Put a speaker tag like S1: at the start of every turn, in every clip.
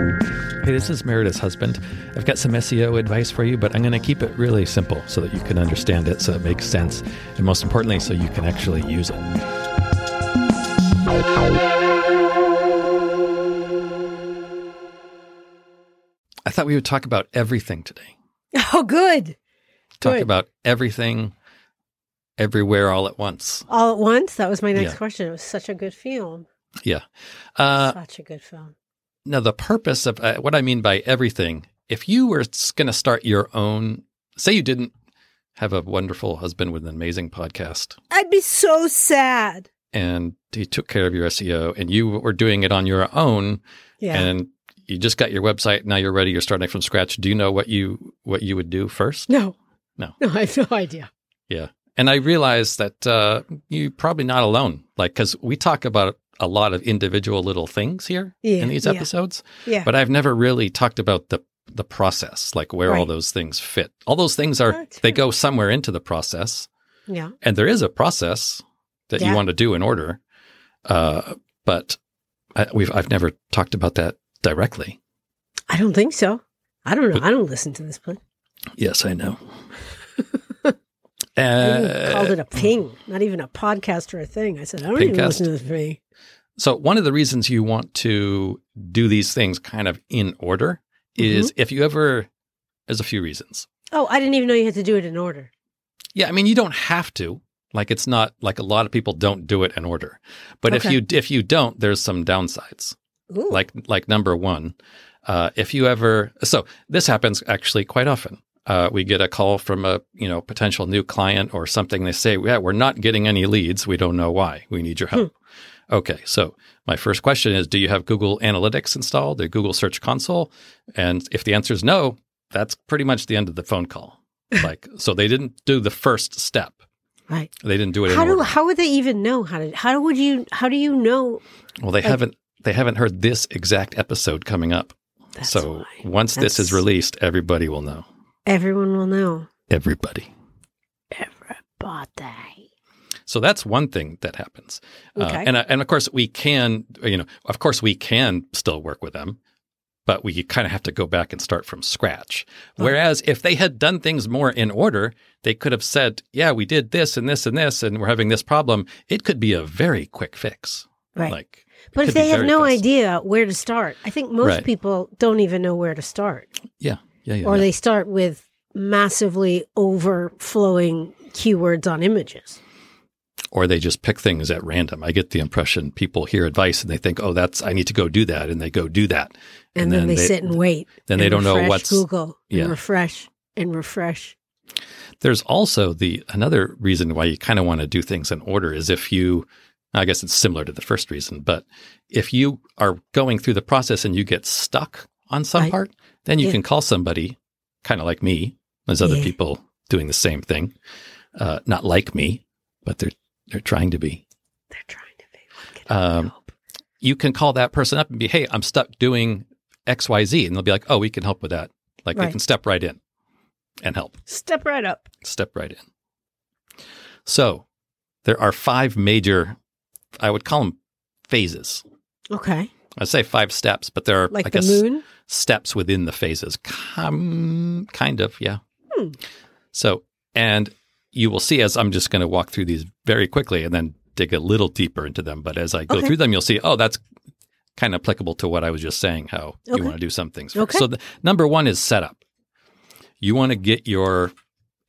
S1: Hey, this is Meredith's husband. I've got some SEO advice for you, but I'm going to keep it really simple so that you can understand it, so it makes sense, and most importantly, so you can actually use it. I thought we would talk about everything today.
S2: Oh, good.
S1: Talk
S2: Good.
S1: about everything, everywhere, all at once.
S2: All at once. That was my next
S1: Yeah.
S2: question. It was such a good film.
S1: Yeah. Uh,
S2: such a good film.
S1: Now, the purpose of uh, what I mean by everything, if you were going to start your own, say you didn't have a wonderful husband with an amazing podcast
S2: I'd be so sad.
S1: and he took care of your SEO and you were doing it on your own
S2: Yeah.
S1: and you just got your website, now you're ready, you're starting from scratch. Do you know what you what you would do first?
S2: no.
S1: No.
S2: No, I have no idea.
S1: And I realize that uh, you're probably not alone, like because we talk about a lot of individual little things here
S2: Yeah,
S1: in these
S2: yeah.
S1: episodes.
S2: Yeah.
S1: but I've never really talked about the the process, like where all
S2: Right.
S1: those things fit. All those things are
S2: That's
S1: they
S2: right.
S1: go somewhere into the process,
S2: yeah.
S1: and there is a process that you
S2: Yeah.
S1: want to do in order. Uh, but I, we've I've never talked about that directly.
S2: I don't think so. I don't know. I don't listen to this one.
S1: Yes, I know.
S2: I even called
S1: uh,
S2: it a ping, not even a podcast or a thing. I said, I don't even
S1: Pingcast.
S2: listen to this thing.
S1: so one of the reasons you want to do these things kind of in order
S2: Mm-hmm.
S1: is if you ever there's a few reasons.
S2: Oh, I didn't even know you had to do it in order.
S1: Yeah, I mean, you don't have to. Like, it's not like a lot of people don't do it in order. But if
S2: Okay.
S1: you if you don't, there's some downsides.
S2: Ooh.
S1: Like like number one, uh, if you ever so this happens actually quite often. Uh, we get a call from a you know potential new client or something. They say, "Yeah, we're not getting any leads. We don't know why. We need your help."
S2: Hmm.
S1: Okay, so my first question is, do you have Google Analytics installed, the Google Search Console? And if the answer is no, that's pretty much the end of the phone call. Like, so they didn't do the first step.
S2: right.
S1: They didn't do it. in
S2: How do
S1: order.
S2: how would they even know how to how would you how do you know
S1: Well, they haven't. They haven't heard this exact episode coming up.
S2: That's
S1: so
S2: why.
S1: once this is
S2: That's-
S1: released, everybody will know.
S2: everyone will know?
S1: Everybody.
S2: Everybody.
S1: So that's one thing that happens. Uh,
S2: Okay.
S1: and and of course we can, you know, of course we can still work with them, but we kind of have to go back and start from scratch. Whereas if they had done things more in order, they could have said, "Yeah, we did this and this and this, and we're having this problem." It could be a very quick fix.
S2: Right.
S1: Like, it
S2: But
S1: could
S2: if
S1: be
S2: they have
S1: very
S2: no
S1: fast.
S2: idea where to start, I think most
S1: Right.
S2: people don't even know where to start,
S1: yeah, yeah, yeah.
S2: or
S1: yeah.
S2: they start with massively overflowing keywords on images.
S1: or they just pick things at random. I get the impression people hear advice and they think, "Oh, that's I need to go do that," and they go do that,
S2: And, then, they, sit and wait.
S1: then they
S2: and
S1: don't know
S2: refresh
S1: what's-
S2: Google
S1: yeah.
S2: and refresh and refresh.
S1: There's also the another reason why you kind of want to do things in order is if you, I guess it's similar to the first reason, but if you are going through the process and you get stuck on some
S2: Right.
S1: part, then you
S2: Yeah.
S1: can call somebody, kind of like me. There's other
S2: Yeah.
S1: people doing the same thing, uh, not like me, but they're they're trying to be.
S2: They're trying to figure out
S1: Um,
S2: help.
S1: you can call that person up and be, hey, I'm stuck doing XYZ. And they'll be like, oh, we can help with that. Like they
S2: Right.
S1: can step right in and help.
S2: Step right up.
S1: Step right in. So there are five major, I would call them phases.
S2: Okay,
S1: I say five steps, but there are,
S2: like
S1: I
S2: the
S1: guess,
S2: moon.
S1: steps within the phases. Com- kind of, yeah.
S2: Hmm.
S1: So, and you will see as I'm just going to walk through these very quickly and then dig a little deeper into them. But as I go
S2: Okay.
S1: through them, you'll see, oh, that's kind of applicable to what I was just saying, how you
S2: Okay.
S1: want to do some things.
S2: Okay.
S1: So, the, number one is setup. You want to get your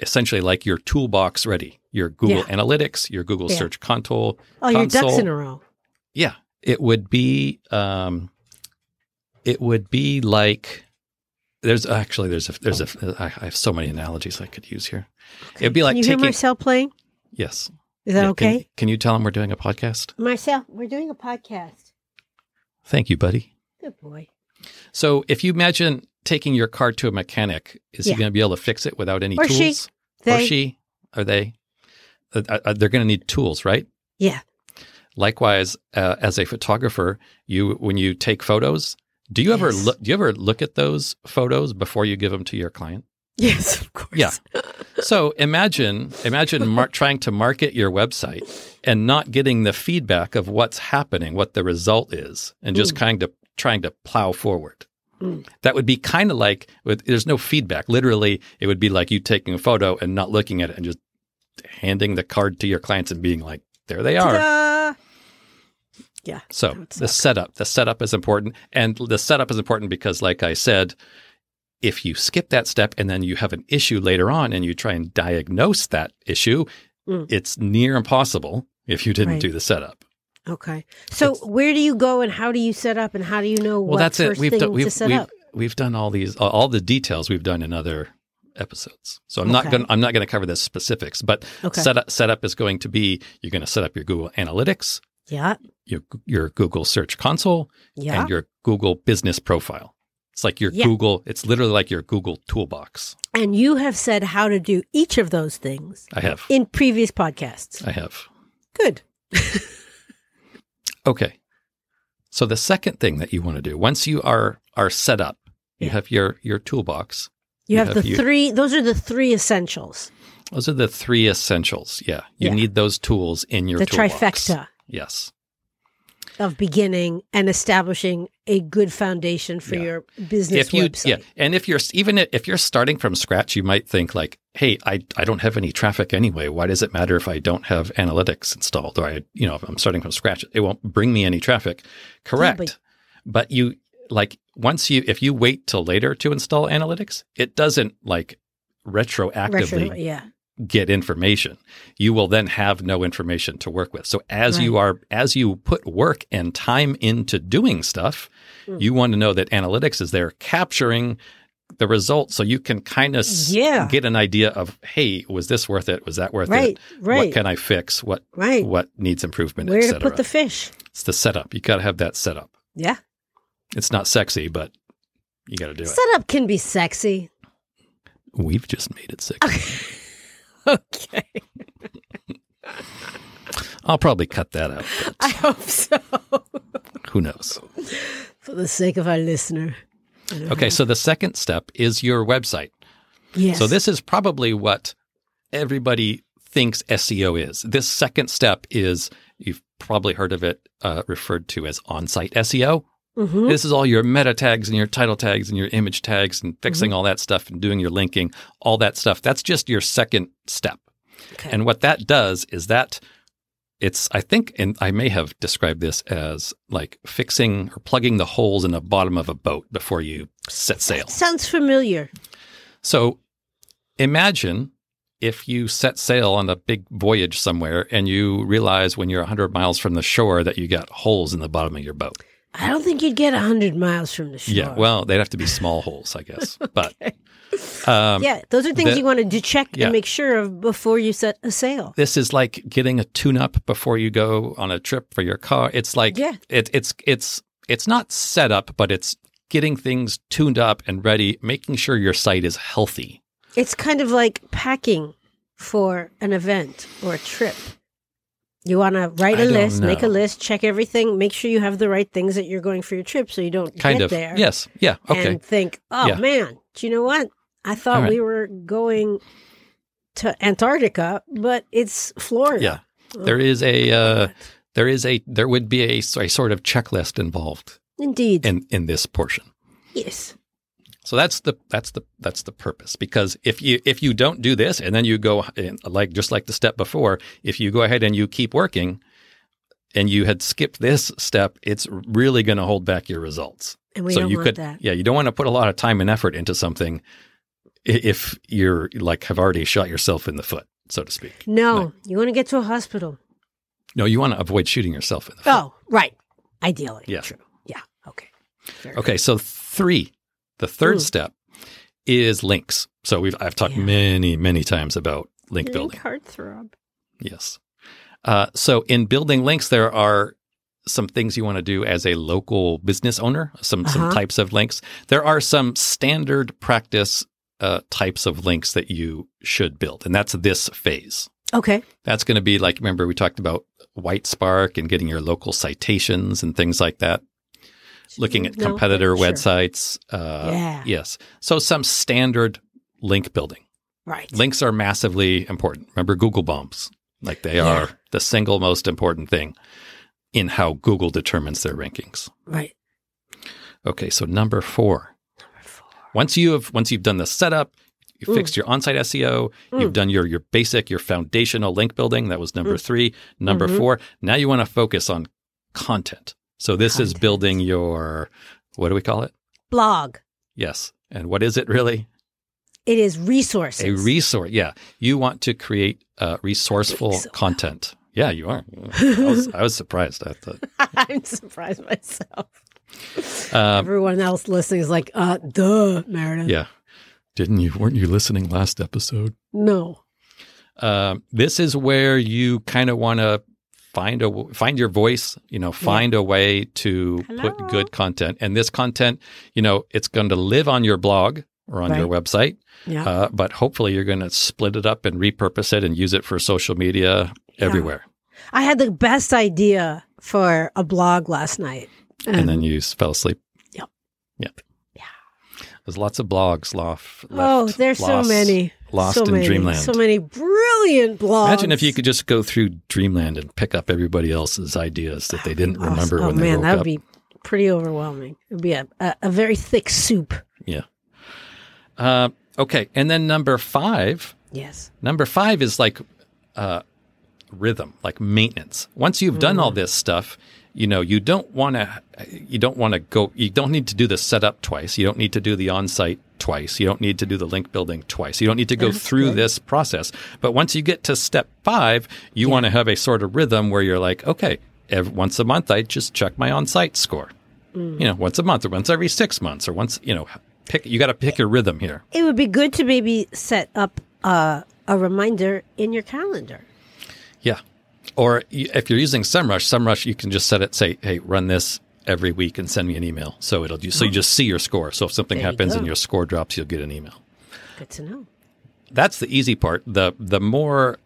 S1: essentially like your toolbox ready, your Google
S2: Yeah.
S1: Analytics, your Google
S2: Yeah.
S1: Search Console.
S2: Oh, your ducks
S1: console.
S2: in a row.
S1: Yeah, it would be. Um, it would be like there's actually there's a there's a I, I have so many analogies I could use here. It'd be like
S2: Can you
S1: taking
S2: hear Marcel playing?
S1: yes.
S2: Is that
S1: Yeah, can-
S2: okay,
S1: Can, you tell them we're doing a podcast?
S2: Marcel? We're doing a podcast.
S1: Thank you, buddy.
S2: Good boy.
S1: So if you imagine taking your car to a mechanic, is
S2: Yeah.
S1: he going to be able to fix it without any
S2: Or she.
S1: tools? or
S2: They-
S1: she? Are they? Uh, uh, they're going to need tools, right?
S2: Yeah.
S1: Likewise, uh, as a photographer, you when you take photos, do you ever
S2: Yes.
S1: look? Do you ever look at those photos before you give them to your client?
S2: Yes, of course.
S1: Yeah. So imagine imagine mar- trying to market your website and not getting the feedback of what's happening, what the result is, and just
S2: Mm.
S1: kind of trying to plow forward.
S2: Mm.
S1: That would be kind of like with, there's no feedback. Literally, it would be like you taking a photo and not looking at it and just handing the card to your clients and being like, "There they are."
S2: Ta-da! Yeah.
S1: So
S2: That would
S1: the setup, the setup is important, and the setup is important because, like I said, if you skip that step and then you have an issue later on and you try and diagnose that issue,
S2: Mm.
S1: it's near impossible if you didn't
S2: Right.
S1: do the setup.
S2: Okay. So
S1: It's-
S2: where do you go and how do you set up and how do you know
S1: Well,
S2: what
S1: that's
S2: first
S1: it. We've
S2: thing
S1: done
S2: to
S1: we've
S2: set
S1: we've,
S2: up?
S1: we've done all these all- all the details we've done in other episodes. So I'm not
S2: Okay.
S1: going to I'm not going to cover the specifics, but
S2: Okay.
S1: setup setup is going to be you're going to set up your Google Analytics,
S2: yeah.
S1: your your Google Search Console,
S2: Yeah.
S1: and your Google business profile. It's like your
S2: Yeah.
S1: Google, it's literally like your Google toolbox.
S2: And you have said how to do each of those things
S1: I have.
S2: in previous podcasts.
S1: I have.
S2: Good.
S1: Okay. So the second thing that you want to do, once you are are set up, you
S2: Yeah.
S1: have your your toolbox.
S2: You have
S1: have
S2: the
S1: you-
S2: three, those are the three essentials,
S1: Those are the three essentials. Yeah. You
S2: Yeah.
S1: need those tools in your
S2: the
S1: toolbox.
S2: trifecta
S1: Yes.
S2: of beginning and establishing a good foundation for
S1: Yeah.
S2: your business
S1: if you
S2: website.
S1: yeah, and if you're even if you're starting from scratch, you might think like, "Hey, I I don't have any traffic anyway. Why does it matter if I don't have analytics installed or I, you know, if I'm starting from scratch, it won't bring me any traffic." Correct.
S2: but-
S1: but, you like once you if you wait till later to install analytics, it doesn't like
S2: Retro-
S1: retroactively
S2: yeah.
S1: get information. You will then have no information to work with. So as you are as you put work and time into doing stuff,
S2: Mm.
S1: you want to know that analytics is there capturing the results so you can kind of
S2: Yeah.
S1: get an idea of hey, was this worth it? Was that worth
S2: Right.
S1: it? What
S2: Right.
S1: can I fix? What
S2: right.
S1: what needs improvement,
S2: Where to
S1: etc.
S2: put the fish.
S1: it's the setup. You got to have that setup.
S2: Yeah.
S1: It's not sexy, but you got to do it.
S2: Setup can be sexy.
S1: We've just made it sexy.
S2: Okay.
S1: I'll probably cut that out. but
S2: I hope so.
S1: who knows?
S2: for the sake of our listener. I don't
S1: Okay,
S2: know.
S1: so the second step is your website.
S2: Yes.
S1: So this is probably what everybody thinks SEO is. This second step is you've probably heard of it uh, referred to as on-site SEO.
S2: Mhm.
S1: This is all your meta tags and your title tags and your image tags and fixing all that stuff and doing your linking, all that stuff. That's just your second step.
S2: Okay.
S1: And what that does is that it's, I think, and I may have described this as like fixing or plugging the holes in the bottom of a boat before you set sail.
S2: sounds familiar.
S1: So imagine if you set sail on a big voyage somewhere and you realize when you're 100 miles from the shore that you got holes in the bottom of your boat.
S2: I don't think you'd get hundred miles from the shore.
S1: Yeah. Well, they'd have to be small holes, I guess. But um,
S2: yeah, those are things
S1: the-
S2: you wanted to check
S1: yeah.
S2: and make sure of before you set a sail.
S1: this is like getting a tune up before you go on a trip for your car. It's like
S2: Yeah.
S1: it, it's it's it's not set up, but it's getting things tuned up and ready, making sure your site is healthy.
S2: It's kind of like packing for an event or a trip. You want to write
S1: I
S2: a
S1: don't
S2: list, make a
S1: know.
S2: list, check everything, make sure you have the right things that you're going for your trip so you don't
S1: Kind
S2: get
S1: of.
S2: there
S1: Yes. Yeah. Okay.
S2: and think, oh
S1: Yeah.
S2: man, do you know what? I
S1: All
S2: thought
S1: right.
S2: we were going to Antarctica, but it's Florida.
S1: yeah. There is a uh, there is a there would be a, a sort of checklist involved
S2: Indeed.
S1: in in this portion.
S2: yes.
S1: So that's the that's the that's the purpose because if you if you don't do this and then you go in, like just like the step before, if you go ahead and you keep working and you had skipped this step, it's really going to hold back your results.
S2: And we
S1: so
S2: don't
S1: you
S2: want
S1: could
S2: that.
S1: yeah, you don't want to put a lot of time and effort into something i- if you're like have already shot yourself in the foot, so to speak.
S2: No, you want to get to a hospital.
S1: No, you want to avoid shooting yourself in the foot.
S2: Oh, right. Ideally.
S1: Yeah.
S2: True. Yeah. Okay. Fair enough.
S1: Okay, so three, the third
S2: Mm.
S1: step is links. So we've I've talked
S2: Yeah.
S1: many many times about link building.
S2: heartthrob.
S1: Yes. Uh, so in building links, there are some things you want to do as a local business owner. Some some
S2: Uh-huh.
S1: types of links. There are some standard practice uh, types of links that you should build, and that's this phase.
S2: Okay.
S1: That's going to be like remember we talked about White Spark and getting your local citations and things like that looking at
S2: No,
S1: competitor
S2: Mm-hmm. sure.
S1: websites. Uh,
S2: Yeah.
S1: Yes. So some standard link building.
S2: Right.
S1: Links are massively important. Remember Google bombs? Like they
S2: Yeah.
S1: are the single most important thing in how Google determines their rankings.
S2: Right.
S1: Okay, so number four.
S2: Number four.
S1: Once you have once you've done the setup, you
S2: Mm.
S1: fixed your on-site SEO, you've
S2: Mm.
S1: done your your basic, your foundational link building. That was number three. Number
S2: Mhm.
S1: four. Now you want to focus on content. So this is
S2: Content.
S1: building your what do we call it?
S2: Blog.
S1: Yes. And what is it really?
S2: It is resources.
S1: A resource. Yeah. You want to create uh, resourceful
S2: Resource.
S1: content. Yeah, you are. I was, I was surprised at that.
S2: I'm surprised myself.
S1: Um,
S2: Everyone else listening is like, uh, duh, Meredith.
S1: Yeah. Didn't you? Weren't you listening last episode?
S2: No.
S1: Um, this is where you kind of want to find a w- find your voice. You know, find a way to
S2: Hello.
S1: put good content, and this content, you know, it's going to live on your blog or on your website.
S2: Yeah.
S1: Uh, but hopefully, you're going to split it up and repurpose it and use it for social media everywhere.
S2: I had the best idea for a blog last night. Um,
S1: And then you s- fell asleep.
S2: Yep.
S1: Yep.
S2: Yeah.
S1: There's lots of blogs lof- left.
S2: oh, there's
S1: lost-
S2: so many.
S1: Lost
S2: so
S1: in
S2: many,
S1: Dreamland.
S2: So many brilliant blogs.
S1: Imagine if you could just go through Dreamland and pick up everybody else's ideas that they didn't
S2: Awesome.
S1: remember
S2: oh,
S1: when they
S2: man,
S1: woke
S2: that would
S1: up.
S2: be pretty overwhelming. It would be a, a, a very thick soup.
S1: Uh, okay, and then number five.
S2: Yes.
S1: Number five is like uh, rhythm, like maintenance. Once you've done all this stuff, you know you don't want to. You don't want to go. You don't need to do the setup twice. You don't need to do the on-site twice. You don't need to do the link building twice. You don't need to go through this process. But once you get to step five, you want to have a sort of rhythm where you're like, okay, ev once a month I just check my on-site score. You know, once a month or once every six months or once. You know, pick. You got to pick your rhythm here.
S2: It would be good to maybe set up uh, a reminder in your calendar.
S1: Yeah. Or y- if you're using SEMrush, SEMrush, you can just set it, say, hey, run this every week and send me an email. So it'll just, so you just see your score. So if something
S2: There you
S1: happens and
S2: go.
S1: your score drops, you'll get an email.
S2: Good to know.
S1: That's the easy part. The, the more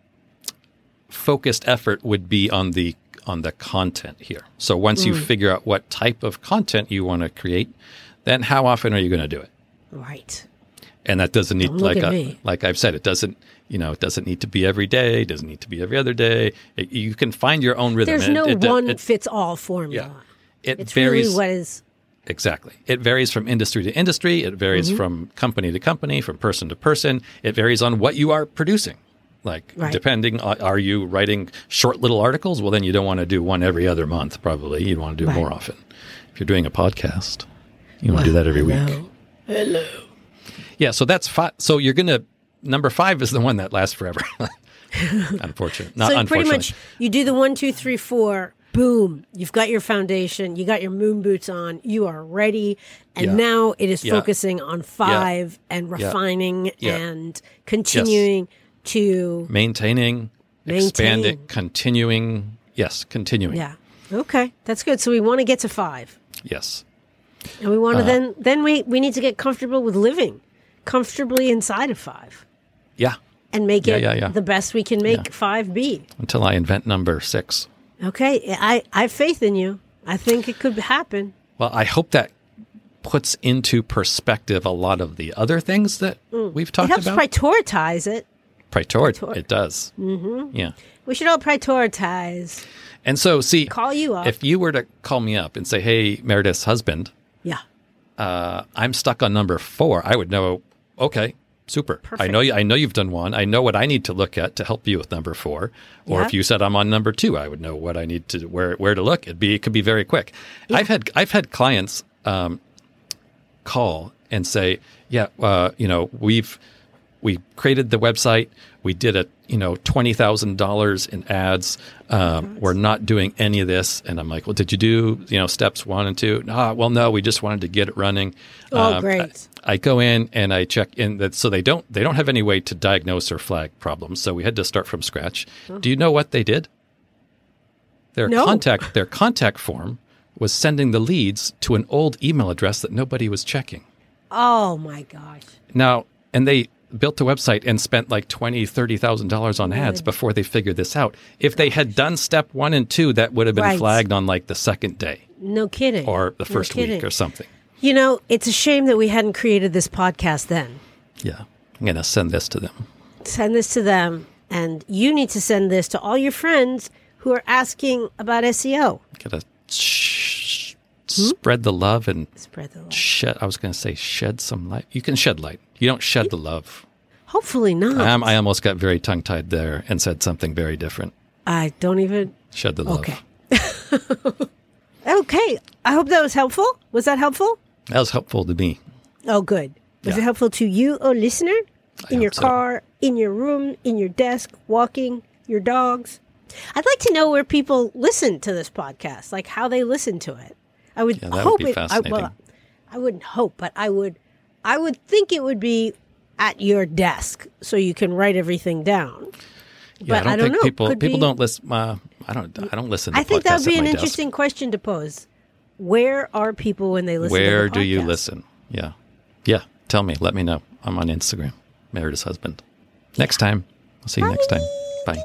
S1: focused effort would be on the, on the content here. So once
S2: Mm.
S1: you figure out what type of content you want to create, then how often are you going to do it?
S2: Right.
S1: and that doesn't need
S2: Don't look
S1: like I-
S2: at me.
S1: like I've said, it doesn't you know it doesn't need to be every day. It doesn't need to be every other day. It, you can find your own rhythm.
S2: There's
S1: and
S2: no
S1: it, it-
S2: one
S1: It,
S2: fits all formula.
S1: it
S2: It's
S1: varies
S2: really what is
S1: exactly. It varies from industry to industry. It varies
S2: Mm-hmm.
S1: from company to company, from person to person. It varies on what you are producing. Like
S2: Right.
S1: depending, uh, are are you writing short little articles? Well, then you don't want to do one every other month. Probably you'd want to do
S2: Right.
S1: more often. If you're doing a podcast, you want to do that every week.
S2: Hello. Hello.
S1: Yeah, so that's five. So you're gonna number five is the one that lasts forever. Unfortunate, not
S2: so pretty
S1: Uh, unfortunately.
S2: much you do the one, two, three, four. Boom! You've got your foundation. You got your moon boots on. You are ready, and
S1: Yeah.
S2: now it is
S1: Yeah.
S2: focusing on five and refining
S1: Yeah.
S2: and continuing to.
S1: Maintaining,
S2: Maintain.
S1: expanding, continuing. Yes, continuing.
S2: Yeah. Okay, that's good. So we want to get to five,
S1: Yes.
S2: and we
S1: Uh-huh.
S2: want to then then we we need to get comfortable with living comfortably inside of five,
S1: Yeah.
S2: and make
S1: Yeah,
S2: it
S1: yeah, yeah.
S2: the best we can make five be.
S1: Until I invent number six.
S2: Okay, I I have faith in you. I think it could happen.
S1: Well, I hope that puts into perspective a lot of the other things that we've
S2: Mm. It
S1: talked
S2: helps
S1: about.
S2: prioritize it.
S1: Praetor, it does. Mm-hmm. Yeah.
S2: We should all prioritize.
S1: And so, see,
S2: Call you up.
S1: if you were to call me up and say, "Hey, Meredith's husband,
S2: yeah.
S1: uh, I'm stuck on number four, I would know. Okay, super. I know. You, I know you've done one. I know what I need to look at to help you with number four. Or
S2: Yeah.
S1: if you said I'm on number two, I would know what I need to where where to look. It'd be it could be very quick. I've had I've had clients um, call and say, yeah, uh, you know, we've we created the website. We did a you know twenty thousand dollars in ads. Um, we're not doing any of this, and I'm like, well, did you do you know steps one and two? Ah, well, no, we just wanted to get it running. Um,
S2: Oh, great.
S1: I, I go in and I check in that so they don't they don't have any way to diagnose or flag problems. So we had to start from scratch. Do you know what they did? Their
S2: No.
S1: contact their contact form was sending the leads to an old email address that nobody was checking.
S2: Oh my gosh.
S1: Now, and they built a website and spent like twenty, thirty thousand dollars on ads before they figured this out. If they had done step one and two, that would have been
S2: Right.
S1: flagged on like the second day
S2: No kidding.
S1: or the
S2: No
S1: first week
S2: kidding.
S1: or something.
S2: You know, it's a shame that we hadn't created this podcast then.
S1: Yeah. I'm gonna send this to them.
S2: Send this to them, and you need to send this to E all your friends who are asking about SEO.
S1: Gotta sh-
S2: Hmm?
S1: spread the love and
S2: Spread the love.
S1: shed. I was going to say shed some light. You can shed light. You don't shed the love.
S2: Hopefully not.
S1: Um, I almost got very tongue tied there and said something very different.
S2: I don't even.
S1: Shed the love.
S2: Okay. Okay. I hope that was helpful. Was that helpful?
S1: That was helpful to me.
S2: Oh, good. Was it
S1: Yeah.
S2: helpful to you, oh listener? In
S1: hope
S2: your
S1: so.
S2: car, in your room, in your desk, walking, your dogs. I'd like to know where people listen to this podcast, like how they listen to it. I would
S1: that would
S2: hope
S1: be
S2: it. I,
S1: fascinating.
S2: well, I wouldn't hope, but I would. I would think it would be at your desk, so you can write everything down.
S1: Yeah,
S2: But I don't
S1: think
S2: know.
S1: people
S2: Could
S1: people
S2: be-
S1: don't listen. Uh, I don't. I don't listen. To
S2: I think that
S1: podcasts
S2: would be
S1: at
S2: an
S1: my desk.
S2: interesting question to pose. Where are people when they listen?
S1: Where
S2: to the
S1: do you
S2: podcast?
S1: listen? Yeah, yeah. Tell me. Let me know. I'm on Instagram. Meredith's husband. Next time. I'll see you next time. Bye.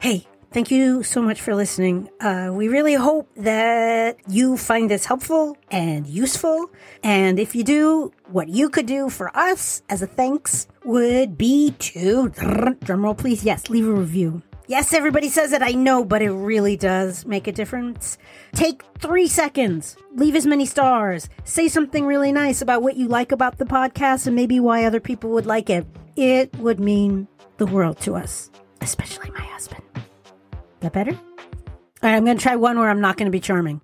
S3: Hey, thank you so much for listening. Uh, we really hope that you find this helpful and useful. And if you do, what you could do for us as a thanks would be to drumroll, please. Yes, leave a review. Yes, everybody says it, I know, but it really does make a difference. Take three seconds, leave as many stars, say something really nice about what you like about the podcast and maybe why other people would like it. It would mean the world to us, especially my husband. That better? All right, I'm going to try one where I'm not going to be charming.